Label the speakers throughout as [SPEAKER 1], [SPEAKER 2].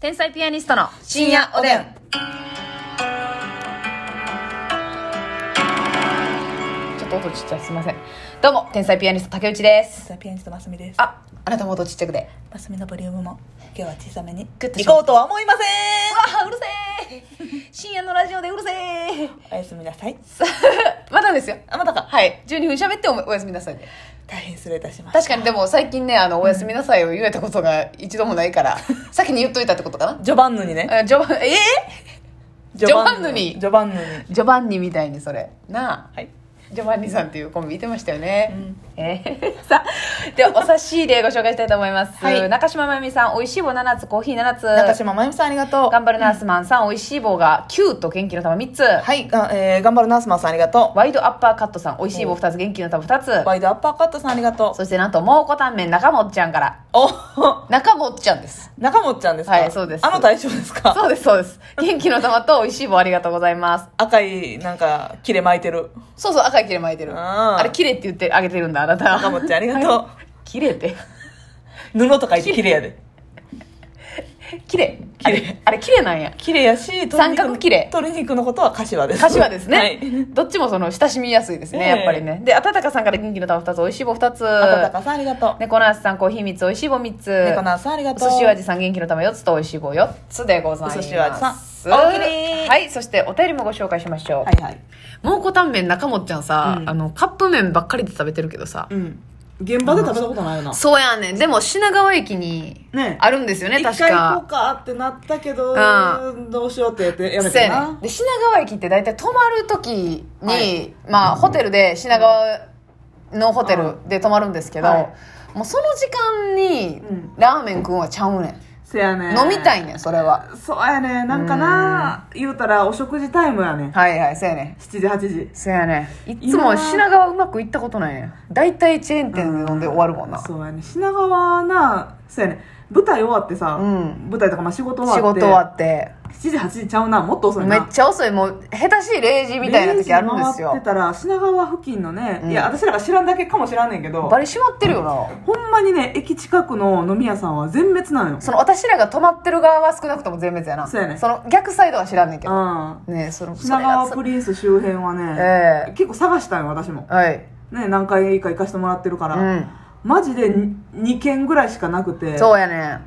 [SPEAKER 1] 天才ピアニストの
[SPEAKER 2] 深夜おでん。
[SPEAKER 1] ちょっと音ちっちゃいすいませんどうも天才ピアニスト竹内です
[SPEAKER 2] ザピアニストマスミです。
[SPEAKER 1] ああなたも音ちっちゃくで
[SPEAKER 2] マスミのボリュームも今日は小さめに
[SPEAKER 1] グッと
[SPEAKER 2] 行
[SPEAKER 1] します
[SPEAKER 2] こうとは思いませ
[SPEAKER 1] わあうるせえ深夜のラジオでうるせえ
[SPEAKER 2] ん。おやすみなさい。
[SPEAKER 1] まだですよ
[SPEAKER 2] あまたか。
[SPEAKER 1] はい12分喋っておおやすみなさいね
[SPEAKER 2] 大変失礼いたしました。
[SPEAKER 1] 確かにでも最近ねあのおやすみなさいを言えたことが一度もないから 先に言っといたってことかな
[SPEAKER 2] ジョバンヌにね。
[SPEAKER 1] あ序盤えジョバンヌに
[SPEAKER 2] ジョバンヌに。
[SPEAKER 1] ー、ジョバンニみたいにそれな
[SPEAKER 2] はい。
[SPEAKER 1] あジョバンニさんっていうコンビいてましたよね、えー さあではお差し入れご紹介したいと思います、
[SPEAKER 2] はい
[SPEAKER 1] 中島まゆみさんおいしい棒7つコーヒー7つ
[SPEAKER 2] 中島まゆみさんありがとう。
[SPEAKER 1] 頑張るナースマンさん、おいしい棒が9と元気の玉3つ、
[SPEAKER 2] はい。がえー頑張るナースマンさんありがと
[SPEAKER 1] ワイドアッパーカットさん、おいしい棒2つ、元気の玉2
[SPEAKER 2] う。ワ
[SPEAKER 1] つ、
[SPEAKER 2] イドアッパーカットさんありがとう。
[SPEAKER 1] そしてなんと、蒙古タンメン中本ちゃんから。
[SPEAKER 2] お
[SPEAKER 1] 中本ちゃんです。
[SPEAKER 2] 中本ちゃんですか
[SPEAKER 1] はいそうです
[SPEAKER 2] あの大将です か
[SPEAKER 1] そうです、そうです。元気の玉とおいしい棒ありがとうございます。
[SPEAKER 2] 赤い、なんか、切れ巻いてる。
[SPEAKER 1] そうそう、赤い切れ巻いてる。
[SPEAKER 2] あー
[SPEAKER 1] あれ、切れって言ってあげてるんだ、あなた。
[SPEAKER 2] 中本ちゃんありがと
[SPEAKER 1] 切れって。
[SPEAKER 2] う。布とかいて綺麗やで。
[SPEAKER 1] 切れ。あ
[SPEAKER 2] 切れ
[SPEAKER 1] れ。あれ、切れなんや。
[SPEAKER 2] 綺麗やし、鶏肉
[SPEAKER 1] 三角切れ
[SPEAKER 2] 鶏肉のことは柏です。
[SPEAKER 1] 柏ですね、
[SPEAKER 2] はい。
[SPEAKER 1] どっちもその親しみやすいですね、
[SPEAKER 2] ええ
[SPEAKER 1] やっぱりねであたたかさんから元気の玉2つおいしい棒2つ
[SPEAKER 2] 赤高さんありがとう。
[SPEAKER 1] 猫ナースさんコーヒー3つおいしい棒3つ
[SPEAKER 2] 猫ナースさんありがとう。
[SPEAKER 1] お寿司味さん元気の玉4つと美味しい棒4つでございます
[SPEAKER 2] お寿司味さん大きに
[SPEAKER 1] はいそしてお便りもご紹介しましょう、
[SPEAKER 2] はいはい。
[SPEAKER 1] 蒙古タンメン中本ちゃんさ、
[SPEAKER 2] うん
[SPEAKER 1] あのカップ麺ばっかりで食べてるけどさ、
[SPEAKER 2] うん。現場で食べたことないよな。
[SPEAKER 1] そうやねんでも品川駅に
[SPEAKER 2] ね
[SPEAKER 1] あるんですよね
[SPEAKER 2] 一
[SPEAKER 1] 確
[SPEAKER 2] 回行
[SPEAKER 1] か
[SPEAKER 2] こうかってなったけど、
[SPEAKER 1] う
[SPEAKER 2] どうしようってやってやめ
[SPEAKER 1] そう
[SPEAKER 2] て
[SPEAKER 1] やねん
[SPEAKER 2] な。
[SPEAKER 1] で品川駅って大体泊まる時に、
[SPEAKER 2] はい
[SPEAKER 1] まあホテルで品川のホテルで泊まるんですけど、
[SPEAKER 2] はい
[SPEAKER 1] もうその時間に
[SPEAKER 2] うん
[SPEAKER 1] ラーメンくんはちゃうねん、
[SPEAKER 2] せやねん
[SPEAKER 1] 飲みたいねんそれは
[SPEAKER 2] そうやねんなんかな、言うたらお食事タイムやねん。
[SPEAKER 1] はいはいそうやねん
[SPEAKER 2] 7時、8時。
[SPEAKER 1] そうやねいっつも品川うまくいったことないねん大体チェーン店で飲んで終わるもんな、
[SPEAKER 2] そうやねん品川な、そうやねん舞台終わってさ、
[SPEAKER 1] うん
[SPEAKER 2] 舞台とかまあ仕事終わっ
[SPEAKER 1] 仕事
[SPEAKER 2] て。
[SPEAKER 1] 終わって
[SPEAKER 2] 7時、8時ちゃうな、もっと遅い
[SPEAKER 1] め
[SPEAKER 2] な。
[SPEAKER 1] っちゃ遅いもう下手しい0時みたいな時あるんです
[SPEAKER 2] 0時回っ
[SPEAKER 1] よ
[SPEAKER 2] てたら、品川付近のね、いや、私らが知らんだけかもしらんねんけど、
[SPEAKER 1] バリ閉まってるよな
[SPEAKER 2] ほんまにね、駅近くの飲み屋さんは全滅なのよ。
[SPEAKER 1] その私らが泊まってる側は少なくとも全滅やな
[SPEAKER 2] そうやね
[SPEAKER 1] その逆サイドは知らんねんけど
[SPEAKER 2] うん。
[SPEAKER 1] ねえそのそ
[SPEAKER 2] 品
[SPEAKER 1] れが
[SPEAKER 2] 川プリンス周辺はね、
[SPEAKER 1] え
[SPEAKER 2] 結構探したんよ私も
[SPEAKER 1] えはい
[SPEAKER 2] ね何回か行かしてもらってるから、
[SPEAKER 1] う
[SPEAKER 2] マジで2軒ぐらいしかなくて
[SPEAKER 1] んそうやね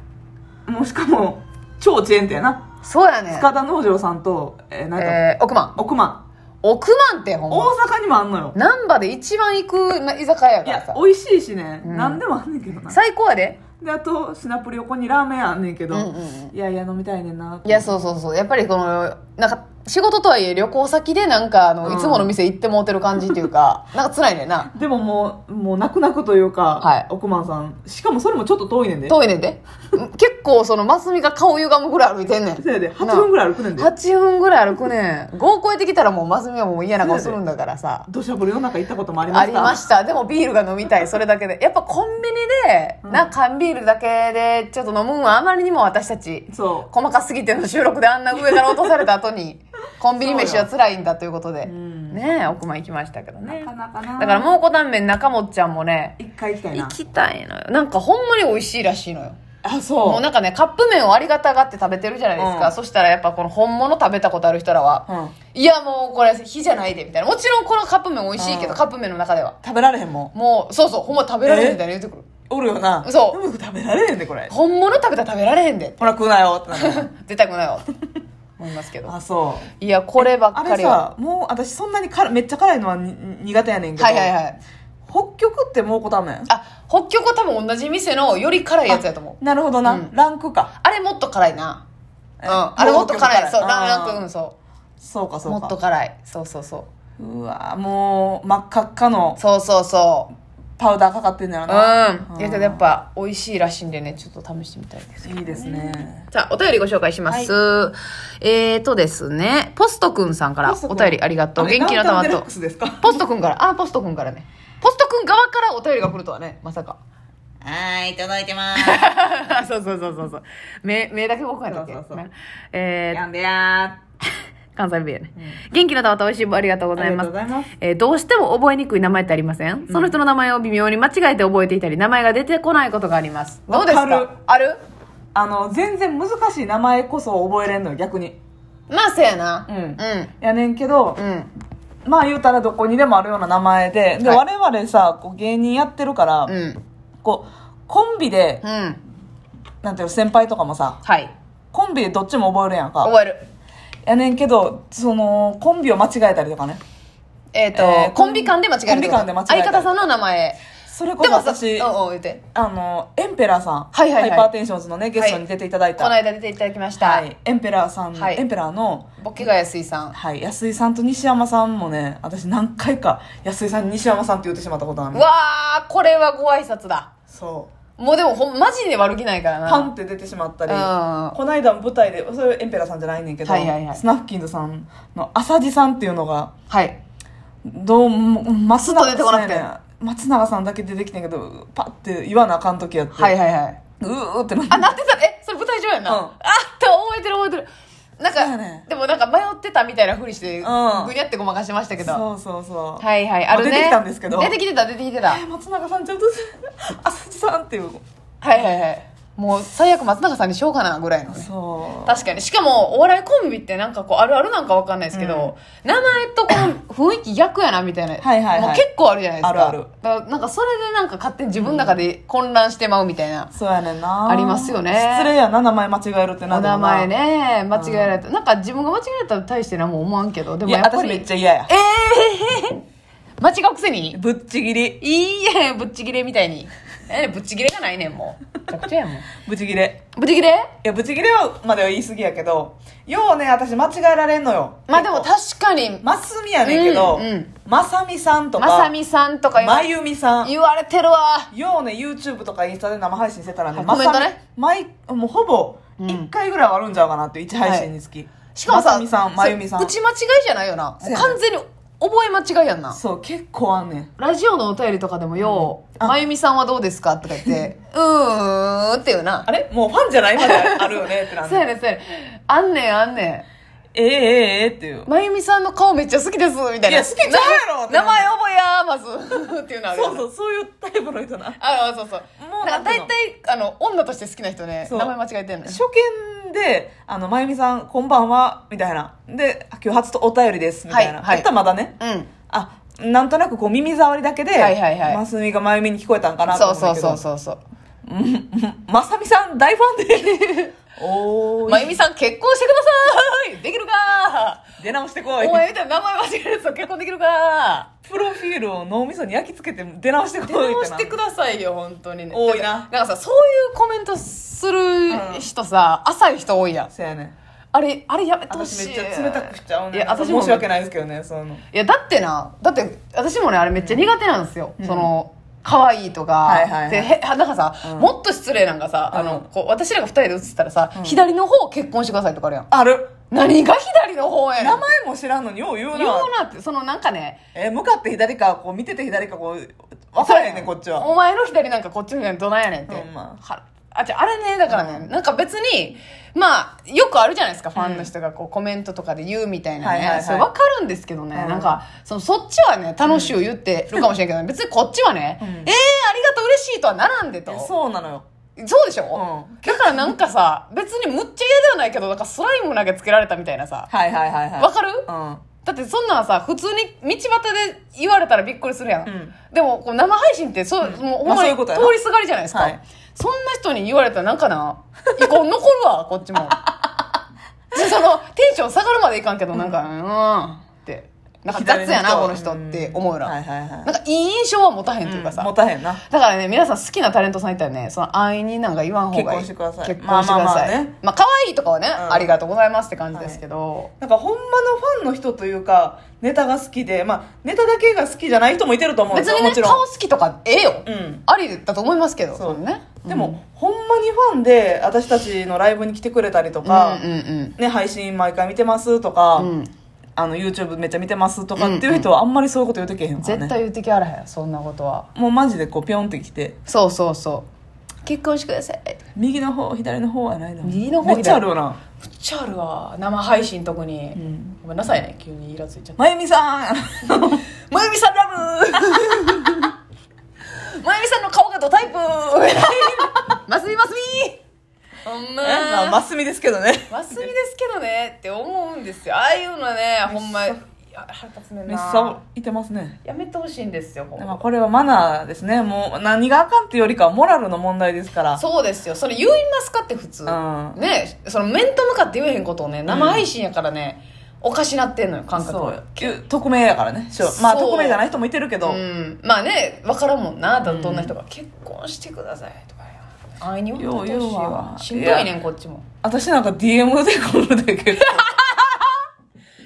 [SPEAKER 2] もうしかも超チェーン店やな
[SPEAKER 1] そうやね
[SPEAKER 2] 塚田農場さんと、えー、なんか、
[SPEAKER 1] えー、億万
[SPEAKER 2] 奥満
[SPEAKER 1] 億万ってほん
[SPEAKER 2] 大
[SPEAKER 1] ま
[SPEAKER 2] 阪にもあんのよ
[SPEAKER 1] 難波で一番行くな居酒屋や
[SPEAKER 2] い
[SPEAKER 1] から
[SPEAKER 2] や
[SPEAKER 1] さ
[SPEAKER 2] 美味しいしね、
[SPEAKER 1] うん
[SPEAKER 2] 何でもあんねんけどな
[SPEAKER 1] 最高やで
[SPEAKER 2] であとシナプリ横にラーメン屋あんねんけど、
[SPEAKER 1] うんうん
[SPEAKER 2] いやいや飲みたいねんない
[SPEAKER 1] やそうそうそうやっぱりこのなんか仕事とはいえ旅行先でなんかあの、
[SPEAKER 2] うん
[SPEAKER 1] いつもの店行ってもうてる感じっていうか なんか辛いねんな
[SPEAKER 2] でももうもう泣く泣くというか、
[SPEAKER 1] はい
[SPEAKER 2] 奥満さんしかもそれもちょっと遠いねんで
[SPEAKER 1] 遠いねんで結構そのマスミが顔歪むぐらい歩いてんねん
[SPEAKER 2] せやで8分ぐらい歩くねんで
[SPEAKER 1] 8分ぐらい歩くねん5超えてきたらもうマスミはもう嫌な顔するんだからさ
[SPEAKER 2] 土砂降りの中行ったこともありま
[SPEAKER 1] あ
[SPEAKER 2] し
[SPEAKER 1] り
[SPEAKER 2] た
[SPEAKER 1] ましたでもビールが飲みたいそれだけでやっぱコンビニで、
[SPEAKER 2] うん
[SPEAKER 1] な缶ビールだけでちょっと飲むんはあまりにも私たち
[SPEAKER 2] そ
[SPEAKER 1] 細かすぎての収録であんな上から落とされた後 にコンビニ飯は辛いんだということで、
[SPEAKER 2] ん
[SPEAKER 1] ねえ奥間行きましたけど
[SPEAKER 2] う。な
[SPEAKER 1] ね
[SPEAKER 2] かなかな。
[SPEAKER 1] だから蒙古タンメン中本ちゃんもね
[SPEAKER 2] 一回行きたい
[SPEAKER 1] 行
[SPEAKER 2] な。
[SPEAKER 1] きたいのよなんかほんまに美味しいらしいのよ
[SPEAKER 2] あ、
[SPEAKER 1] も
[SPEAKER 2] そう
[SPEAKER 1] なんかねカップ麺をありがたがって食べてるじゃないですか、
[SPEAKER 2] うん
[SPEAKER 1] そしたらやっぱこの本物食べたことある人らは、
[SPEAKER 2] う。うん。
[SPEAKER 1] いやもうこれ火じゃないでみたいなもちろんこのカップ麺美味しいけど、
[SPEAKER 2] うん
[SPEAKER 1] カップ麺の中では
[SPEAKER 2] 食べられへんもん。
[SPEAKER 1] もうそうそうほんま食べられへんみたいな言うてくる
[SPEAKER 2] おるよな。。
[SPEAKER 1] そう
[SPEAKER 2] 食べられへんで、これ。
[SPEAKER 1] 本物食べたら食べられへんで
[SPEAKER 2] ほら、食うなよってなる。
[SPEAKER 1] 絶対来ないよって思いますけど
[SPEAKER 2] あ、そ
[SPEAKER 1] いやこれば
[SPEAKER 2] う。あ
[SPEAKER 1] っか
[SPEAKER 2] れ
[SPEAKER 1] りは
[SPEAKER 2] さ、もう私そんなに辛いめっちゃ辛いのはに苦手やねんけど。
[SPEAKER 1] はいはいはい
[SPEAKER 2] 北極って蒙古タンメン
[SPEAKER 1] あ北極は多分同じ店のより辛いやつやと思う
[SPEAKER 2] なるほど
[SPEAKER 1] う
[SPEAKER 2] な。
[SPEAKER 1] ん
[SPEAKER 2] ランクか。
[SPEAKER 1] あれもっと辛いなう
[SPEAKER 2] え
[SPEAKER 1] んあれもっと辛
[SPEAKER 2] も
[SPEAKER 1] いうそうラン
[SPEAKER 2] あー
[SPEAKER 1] ランクうんそ
[SPEAKER 2] そうか、
[SPEAKER 1] う
[SPEAKER 2] そ
[SPEAKER 1] も
[SPEAKER 2] う
[SPEAKER 1] っと
[SPEAKER 2] か。
[SPEAKER 1] 辛いそうそうそう
[SPEAKER 2] うわもう、真っ赤っかの
[SPEAKER 1] そうそうそう
[SPEAKER 2] パウダーかかってんだよ
[SPEAKER 1] う
[SPEAKER 2] な。
[SPEAKER 1] んいやけどやっ
[SPEAKER 2] ぱ。
[SPEAKER 1] ぱ美味しいらしいんでねちょっと試してみたいです
[SPEAKER 2] いいですね。
[SPEAKER 1] じゃあお便りご紹介します、えーとですねポストくんさんから
[SPEAKER 2] ポスト
[SPEAKER 1] お
[SPEAKER 2] くん
[SPEAKER 1] 便りありがとう
[SPEAKER 2] あれ
[SPEAKER 1] 元気の
[SPEAKER 2] ダウ
[SPEAKER 1] 玉
[SPEAKER 2] ンタウンデラッ
[SPEAKER 1] と
[SPEAKER 2] クスですか
[SPEAKER 1] ポストくんから、あ、ポストくんからね。ポストくん側からお便りが来るとはね、まさか。
[SPEAKER 2] はーい、届いてます。
[SPEAKER 1] そうそうそうそうそう。目、目だけ動かないとけ。
[SPEAKER 2] そうそうそう
[SPEAKER 1] ねえー
[SPEAKER 2] やんでや
[SPEAKER 1] 関西弁やね
[SPEAKER 2] うん。
[SPEAKER 1] 元気の玉と美味しい棒ありがとうございます。
[SPEAKER 2] ざいます。
[SPEAKER 1] えーどうしても覚えにくい名前ってありません、その人の名前を微妙に間違えて覚えていたり、名前が出てこないことがあります。どうです
[SPEAKER 2] わかる
[SPEAKER 1] かある
[SPEAKER 2] あの全然難しい名前こそ覚えれんのよ逆に
[SPEAKER 1] まあそうやな
[SPEAKER 2] うん
[SPEAKER 1] う
[SPEAKER 2] やねんけど、
[SPEAKER 1] んうん
[SPEAKER 2] まあ言うたらどこにでもあるような名前でで、
[SPEAKER 1] はい
[SPEAKER 2] 我々さこう芸人やってるから、
[SPEAKER 1] うん
[SPEAKER 2] こうコンビで、
[SPEAKER 1] うん
[SPEAKER 2] なんていうの先輩とかもさ
[SPEAKER 1] はい
[SPEAKER 2] コンビでどっちも覚えるやんか
[SPEAKER 1] 覚える
[SPEAKER 2] やねんけどそのコンビを間違えたりとかね
[SPEAKER 1] えっ、と、
[SPEAKER 2] えー
[SPEAKER 1] コンビ間で間違えるってこと
[SPEAKER 2] コンビ間で間違えたり
[SPEAKER 1] 相方さんの名前
[SPEAKER 2] それこ
[SPEAKER 1] で
[SPEAKER 2] そ
[SPEAKER 1] もさ
[SPEAKER 2] 私
[SPEAKER 1] うんうん言って
[SPEAKER 2] あのエンペラーさん、
[SPEAKER 1] はいはいはい
[SPEAKER 2] ハイパーテンションズのねゲストに出ていただいた、
[SPEAKER 1] この間出ていただきました、
[SPEAKER 2] はいエンペラーさん、
[SPEAKER 1] はい
[SPEAKER 2] エンペラーの
[SPEAKER 1] ボケが安井さん
[SPEAKER 2] はい、安井さんと西山さんもね私何回か安井さんに西山さんって言ってしまったことあ
[SPEAKER 1] う
[SPEAKER 2] るの
[SPEAKER 1] わあこれはご挨拶だ
[SPEAKER 2] そう
[SPEAKER 1] もうでもほんマジで悪気ないからな
[SPEAKER 2] パンって出てしまったり
[SPEAKER 1] うん
[SPEAKER 2] この間舞台でそれエンペラーさんじゃないねんけど、
[SPEAKER 1] はいはいはい
[SPEAKER 2] スナフキンズさんの浅地さんっていうのが
[SPEAKER 1] はい
[SPEAKER 2] どうも松
[SPEAKER 1] ずっと出てこなくて
[SPEAKER 2] そうやねん松永さんだけ出てきてんけどパッて言わなあかん時やって、
[SPEAKER 1] はいはいはいう
[SPEAKER 2] ーってなって
[SPEAKER 1] あなってたえそれ舞台上やんな、
[SPEAKER 2] うん
[SPEAKER 1] あって覚えてる覚えてるなん
[SPEAKER 2] そう
[SPEAKER 1] か、
[SPEAKER 2] やね
[SPEAKER 1] でもなんか迷ってたみたいなふりして、
[SPEAKER 2] ん
[SPEAKER 1] ぐにゃってごまかしてましたけど
[SPEAKER 2] そうそうそう、
[SPEAKER 1] はいはい
[SPEAKER 2] ま
[SPEAKER 1] あるね
[SPEAKER 2] 出てきたんですけど
[SPEAKER 1] 出てきてた出てきてた
[SPEAKER 2] え松永さんちょっと 浅地さんっていう
[SPEAKER 1] はいはいはいもう最悪松永さんにしようかなぐらいのね
[SPEAKER 2] そう
[SPEAKER 1] 確かにしかもお笑いコンビってなんかこうあるあるなんかわかんないですけど、名前とこの雰囲気逆やなみたいな
[SPEAKER 2] はいはいはい
[SPEAKER 1] もう結構あるじゃないですか
[SPEAKER 2] あるある
[SPEAKER 1] だからなんかそれでなんか勝手に自分の中で混乱してまうみたいな、
[SPEAKER 2] そうやねんな
[SPEAKER 1] ありますよね
[SPEAKER 2] 失礼やな名前間違えるってな
[SPEAKER 1] お
[SPEAKER 2] で
[SPEAKER 1] 名
[SPEAKER 2] もな
[SPEAKER 1] 前ね間違えられた、なんか自分が間違えたら大して何も思わんけどで
[SPEAKER 2] い
[SPEAKER 1] も
[SPEAKER 2] や
[SPEAKER 1] やっぱ
[SPEAKER 2] 私
[SPEAKER 1] り
[SPEAKER 2] めっちゃ嫌や
[SPEAKER 1] ええー、間違うくせに
[SPEAKER 2] ぶっちぎり
[SPEAKER 1] いいえぶっちぎれみたいにえぶっちぎれがないねんもうめちゃくちゃやもん
[SPEAKER 2] ぶち切れ
[SPEAKER 1] ぶっちぎれ
[SPEAKER 2] いやぶち切れはまでは言い過ぎやけどようね私間違えられんのよ
[SPEAKER 1] まあでも確かに
[SPEAKER 2] ますみやねんけど、
[SPEAKER 1] うんうん
[SPEAKER 2] まさみさんとか
[SPEAKER 1] まさみさんとか言わ
[SPEAKER 2] まゆみさん
[SPEAKER 1] 言われてるわ
[SPEAKER 2] ようね YouTube とかインスタで生配信してたらね、
[SPEAKER 1] はい
[SPEAKER 2] まさみ
[SPEAKER 1] コメントね
[SPEAKER 2] 毎もうほぼ
[SPEAKER 1] うん
[SPEAKER 2] 1回ぐらいはあるんちゃうかなって1配信につき、
[SPEAKER 1] しかもさ
[SPEAKER 2] まさみさんまゆみさん
[SPEAKER 1] 打ち間違いじゃないよなも
[SPEAKER 2] そう
[SPEAKER 1] う
[SPEAKER 2] やね
[SPEAKER 1] 完全に覚え間違いやんな
[SPEAKER 2] そう結構あんねん
[SPEAKER 1] ラジオのお便りとかでもよう
[SPEAKER 2] うんあ
[SPEAKER 1] まゆみさんはどうですか?」とか言って 「うーん」っていうな
[SPEAKER 2] あれもうファンじゃないまであるよねってな ん
[SPEAKER 1] そうやねそうやねあんねんあんねん
[SPEAKER 2] ええええええっていう
[SPEAKER 1] まゆみさんの顔めっちゃ好きですみたいな。
[SPEAKER 2] いや好きちゃうやろって
[SPEAKER 1] 名前覚えやーまず。 っていうのある。
[SPEAKER 2] そうそううそういうタイプの人な
[SPEAKER 1] あそうそう。
[SPEAKER 2] もう
[SPEAKER 1] なんか
[SPEAKER 2] なんて
[SPEAKER 1] 大
[SPEAKER 2] いうの
[SPEAKER 1] 体、あの、女として好きな人ね、
[SPEAKER 2] そう
[SPEAKER 1] 名前間違えてんのよ。
[SPEAKER 2] 初見で「あのまゆみさんこんばんは」みたいな「で今日初とお便りです」みたいな、
[SPEAKER 1] はいはい
[SPEAKER 2] やったらまだね
[SPEAKER 1] うん。
[SPEAKER 2] あなんとなくこう耳障りだけで、
[SPEAKER 1] はいはいはい
[SPEAKER 2] ますみがまゆみに聞こえたんかなと
[SPEAKER 1] そ
[SPEAKER 2] 思
[SPEAKER 1] うそうそう
[SPEAKER 2] う
[SPEAKER 1] そうそう。
[SPEAKER 2] んだけどうんまさみさん大ファン でお
[SPEAKER 1] ま
[SPEAKER 2] ー
[SPEAKER 1] ゆ
[SPEAKER 2] い
[SPEAKER 1] みさん結婚してくださいできるか
[SPEAKER 2] 出直してこい
[SPEAKER 1] ーお前みたいな名前間違えるやつと結婚できるか
[SPEAKER 2] プロフィールを脳みそに焼き付けて出直してこい
[SPEAKER 1] ー
[SPEAKER 2] っ
[SPEAKER 1] 出
[SPEAKER 2] てな
[SPEAKER 1] 直してくださいよ、本当にね。
[SPEAKER 2] 多いな
[SPEAKER 1] だからんかさ、そういうコメントする人さ、浅い人多いやん。
[SPEAKER 2] そうやね
[SPEAKER 1] あれ、あれやめてほし
[SPEAKER 2] 私
[SPEAKER 1] い。
[SPEAKER 2] めっちゃ冷たくしちゃうね
[SPEAKER 1] いや、私も
[SPEAKER 2] 申し訳ないですけどねその
[SPEAKER 1] いやだってなだって私もねあれめっちゃ苦手なんですよ、その可愛いとか、
[SPEAKER 2] はいはいはい
[SPEAKER 1] でへなんかさ、
[SPEAKER 2] うん
[SPEAKER 1] もっと失礼なんかさ、あ
[SPEAKER 2] うん
[SPEAKER 1] のこう私らが二人で写ってたらさ、左の方結婚してくださいとかあるやん
[SPEAKER 2] ある
[SPEAKER 1] 何が左の方やね
[SPEAKER 2] 名
[SPEAKER 1] ん
[SPEAKER 2] 前も知らんのによう言うな
[SPEAKER 1] 言うなってそのなんかね
[SPEAKER 2] えー向かって左かこう見てて左かこう分からへんねんこっちは
[SPEAKER 1] お前の左なんかこっちの左どないやねんって、
[SPEAKER 2] ほんま
[SPEAKER 1] はあ違うあれねだからね、なんか別にまあよくあるじゃないですかファンの人がこうコメントとかで言うみたいなね、
[SPEAKER 2] はいはいはい
[SPEAKER 1] それ分かるんですけどね、
[SPEAKER 2] うん
[SPEAKER 1] なんかそのそっちはね楽しいを言ってるかもしれんけど、別にこっちはね、
[SPEAKER 2] うん
[SPEAKER 1] えー、ありがとう嬉しいとはならんでと
[SPEAKER 2] いや
[SPEAKER 1] そ
[SPEAKER 2] そうなのよ
[SPEAKER 1] うでしょ、
[SPEAKER 2] う
[SPEAKER 1] だからなんかさ別にむっちゃ嫌ではないけどなんかスライム投げつけられたみたいなさ
[SPEAKER 2] はいはいはいはい
[SPEAKER 1] わかる
[SPEAKER 2] う
[SPEAKER 1] だってそんなんさ普通に道端で言われたらびっくりするやん、
[SPEAKER 2] うん
[SPEAKER 1] でもこう生配信ってそう、もうほん
[SPEAKER 2] ま
[SPEAKER 1] ま
[SPEAKER 2] あそうい
[SPEAKER 1] に
[SPEAKER 2] うこと
[SPEAKER 1] 通
[SPEAKER 2] やな
[SPEAKER 1] りすがりじゃないですか、
[SPEAKER 2] はい
[SPEAKER 1] そんな人に言われたらなんかな遺恨残る わこっちもでそのテンション下がるまでいかんけどなんかうん、ってなんか雑やなこの人って思うら、
[SPEAKER 2] はいはいはい
[SPEAKER 1] なんかいい印象は持たへんというかさ、
[SPEAKER 2] 持たへんな
[SPEAKER 1] だからね皆さん好きなタレントさんいたらねその安易になんか言わん方がいい
[SPEAKER 2] 結婚してください
[SPEAKER 1] 結婚してください
[SPEAKER 2] まあまあまあね
[SPEAKER 1] まあ可愛いとかはね、
[SPEAKER 2] ん
[SPEAKER 1] ありがとうございますって感じですけど、
[SPEAKER 2] なんかほんまのファンの人というかネタが好きでまあネタだけが好きじゃない人もいてると思うんで
[SPEAKER 1] 別
[SPEAKER 2] すよ
[SPEAKER 1] に
[SPEAKER 2] も
[SPEAKER 1] ね
[SPEAKER 2] ちろん
[SPEAKER 1] 顔好きとかええよ、
[SPEAKER 2] うん
[SPEAKER 1] ありだと思いますけど
[SPEAKER 2] そう
[SPEAKER 1] のね
[SPEAKER 2] でも、ほんまにファンで私たちのライブに来てくれたりとか、
[SPEAKER 1] うんうん
[SPEAKER 2] ね、配信毎回見てますとか、
[SPEAKER 1] うん、うん、
[SPEAKER 2] あの YouTube めっちゃ見てますとかっていう人はあんまりそういうこと言うてけへんからね
[SPEAKER 1] 絶対言ってきあらへんそんなことは
[SPEAKER 2] もうマジでこうピョンって来て
[SPEAKER 1] そうそうそう結婚してくださいめっ
[SPEAKER 2] 右の方左の方はないだ
[SPEAKER 1] 右の方
[SPEAKER 2] めっちゃあるよな
[SPEAKER 1] ちゃあるわ生配信特に、
[SPEAKER 2] ん
[SPEAKER 1] ごめんなさいね急にイラついちゃった
[SPEAKER 2] まゆみさん
[SPEAKER 1] まゆみさんラ ブまゆみさんの顔がドタイプますみますみほんま
[SPEAKER 2] まあ、マスミですけどね。
[SPEAKER 1] マスミですけどねって思うんですよああいうのねほんま
[SPEAKER 2] め
[SPEAKER 1] い
[SPEAKER 2] っさ
[SPEAKER 1] や腹立つねん
[SPEAKER 2] め
[SPEAKER 1] な
[SPEAKER 2] っさいてますね。
[SPEAKER 1] やめてほしいんですよほんま
[SPEAKER 2] まあ、これはマナーですね。もう、何があかんっていうよりかは、モラルの問題ですから。
[SPEAKER 1] そうですよそれ言いますかって普通、
[SPEAKER 2] うん
[SPEAKER 1] ねその面と向かって言えへんことをね生配信やからね、おかしなってんのよ感覚
[SPEAKER 2] そ
[SPEAKER 1] が
[SPEAKER 2] うよ匿名やからね。しょまあ、
[SPEAKER 1] そう
[SPEAKER 2] 匿名じゃない人もいてるけど。
[SPEAKER 1] うん、まあね分からんもんなどどんな人が、結婚してくださいとかや安易に言わんといてほしい
[SPEAKER 2] よう言う
[SPEAKER 1] わ
[SPEAKER 2] わ
[SPEAKER 1] しんどいねんこっちも
[SPEAKER 2] 私なんか DM で来るだ けど。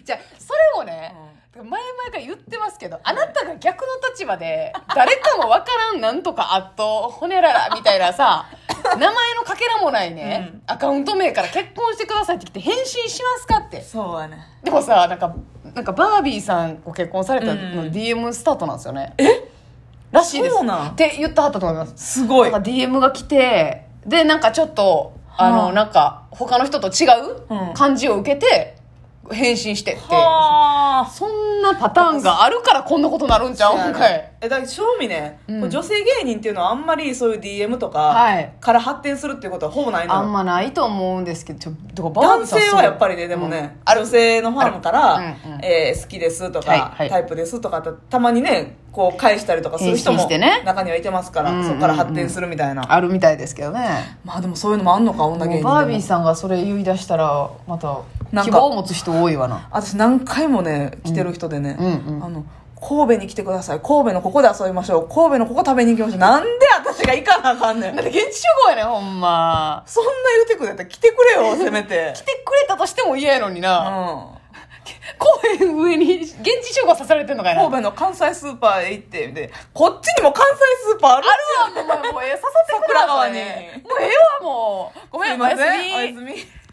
[SPEAKER 1] じゃあそれをね、前々から言ってますけどあなたが逆の立場で誰かも分からんなんとかあっとほねららみたいな さ名前のかけらもないね、
[SPEAKER 2] うん
[SPEAKER 1] アカウント名から結婚してくださいって来て返信しますかって
[SPEAKER 2] そうやね。
[SPEAKER 1] でもさなんかなんかバービーさんご結婚された
[SPEAKER 2] う
[SPEAKER 1] の
[SPEAKER 2] ん
[SPEAKER 1] DM スタートなんですよね、えらしいです
[SPEAKER 2] そうなん
[SPEAKER 1] って言ってはったと思います
[SPEAKER 2] すごい。
[SPEAKER 1] なんか DM が来てでなんかちょっとあの、
[SPEAKER 2] はあ
[SPEAKER 1] なんか他の人と違
[SPEAKER 2] う
[SPEAKER 1] うん感じを受けて返信してって、
[SPEAKER 2] は
[SPEAKER 1] そんなパターンがあるからこんなことなるんちゃう今回
[SPEAKER 2] えだから正味ね、
[SPEAKER 1] うん
[SPEAKER 2] こう女性芸人っていうのはあんまりそういう DM と
[SPEAKER 1] はい
[SPEAKER 2] かから発展するっていうことはほぼないのよ
[SPEAKER 1] あんまないと思うんですけどちょどこバービー
[SPEAKER 2] 男
[SPEAKER 1] さん
[SPEAKER 2] 性
[SPEAKER 1] すご
[SPEAKER 2] はいやっぱりねでもね、
[SPEAKER 1] うん
[SPEAKER 2] 女性のファンから、
[SPEAKER 1] あるうんうん
[SPEAKER 2] えー好きですとか、
[SPEAKER 1] はいはい
[SPEAKER 2] タイプですとかたたまにねこう返したりとかする人
[SPEAKER 1] 返
[SPEAKER 2] も
[SPEAKER 1] 信してね
[SPEAKER 2] 中にはいてますから、
[SPEAKER 1] うんうんうん
[SPEAKER 2] そこから発展するみたいな、
[SPEAKER 1] あるみたいですけどね
[SPEAKER 2] まあでもそういうのもあんのか女
[SPEAKER 1] もう
[SPEAKER 2] 芸人でも
[SPEAKER 1] バービーさんがそれ言い出したらまた
[SPEAKER 2] なん
[SPEAKER 1] 希
[SPEAKER 2] か
[SPEAKER 1] 望を持つ人多いわな
[SPEAKER 2] 私何回もね来てる人でね、
[SPEAKER 1] うんうんうん
[SPEAKER 2] あの神戸に来てください神戸のここで遊びましょう神戸のここ食べに行きましょうなんで私が行かなあかんねん
[SPEAKER 1] だって現地集合やねほんま
[SPEAKER 2] そんな言うてくれたら来てくれ よせめて
[SPEAKER 1] 来てくれたとしても嫌やのに
[SPEAKER 2] う
[SPEAKER 1] な、
[SPEAKER 2] ん
[SPEAKER 1] 公園上に現地集合さされてんのかいな
[SPEAKER 2] 神戸の関西スーパーへ行ってでこっちにも関西スーパーある
[SPEAKER 1] あるわもうお前もうええ誘ってくれ
[SPEAKER 2] 桜川に
[SPEAKER 1] もうええわもうごめん
[SPEAKER 2] すいません
[SPEAKER 1] おやすみ
[SPEAKER 2] おやすみ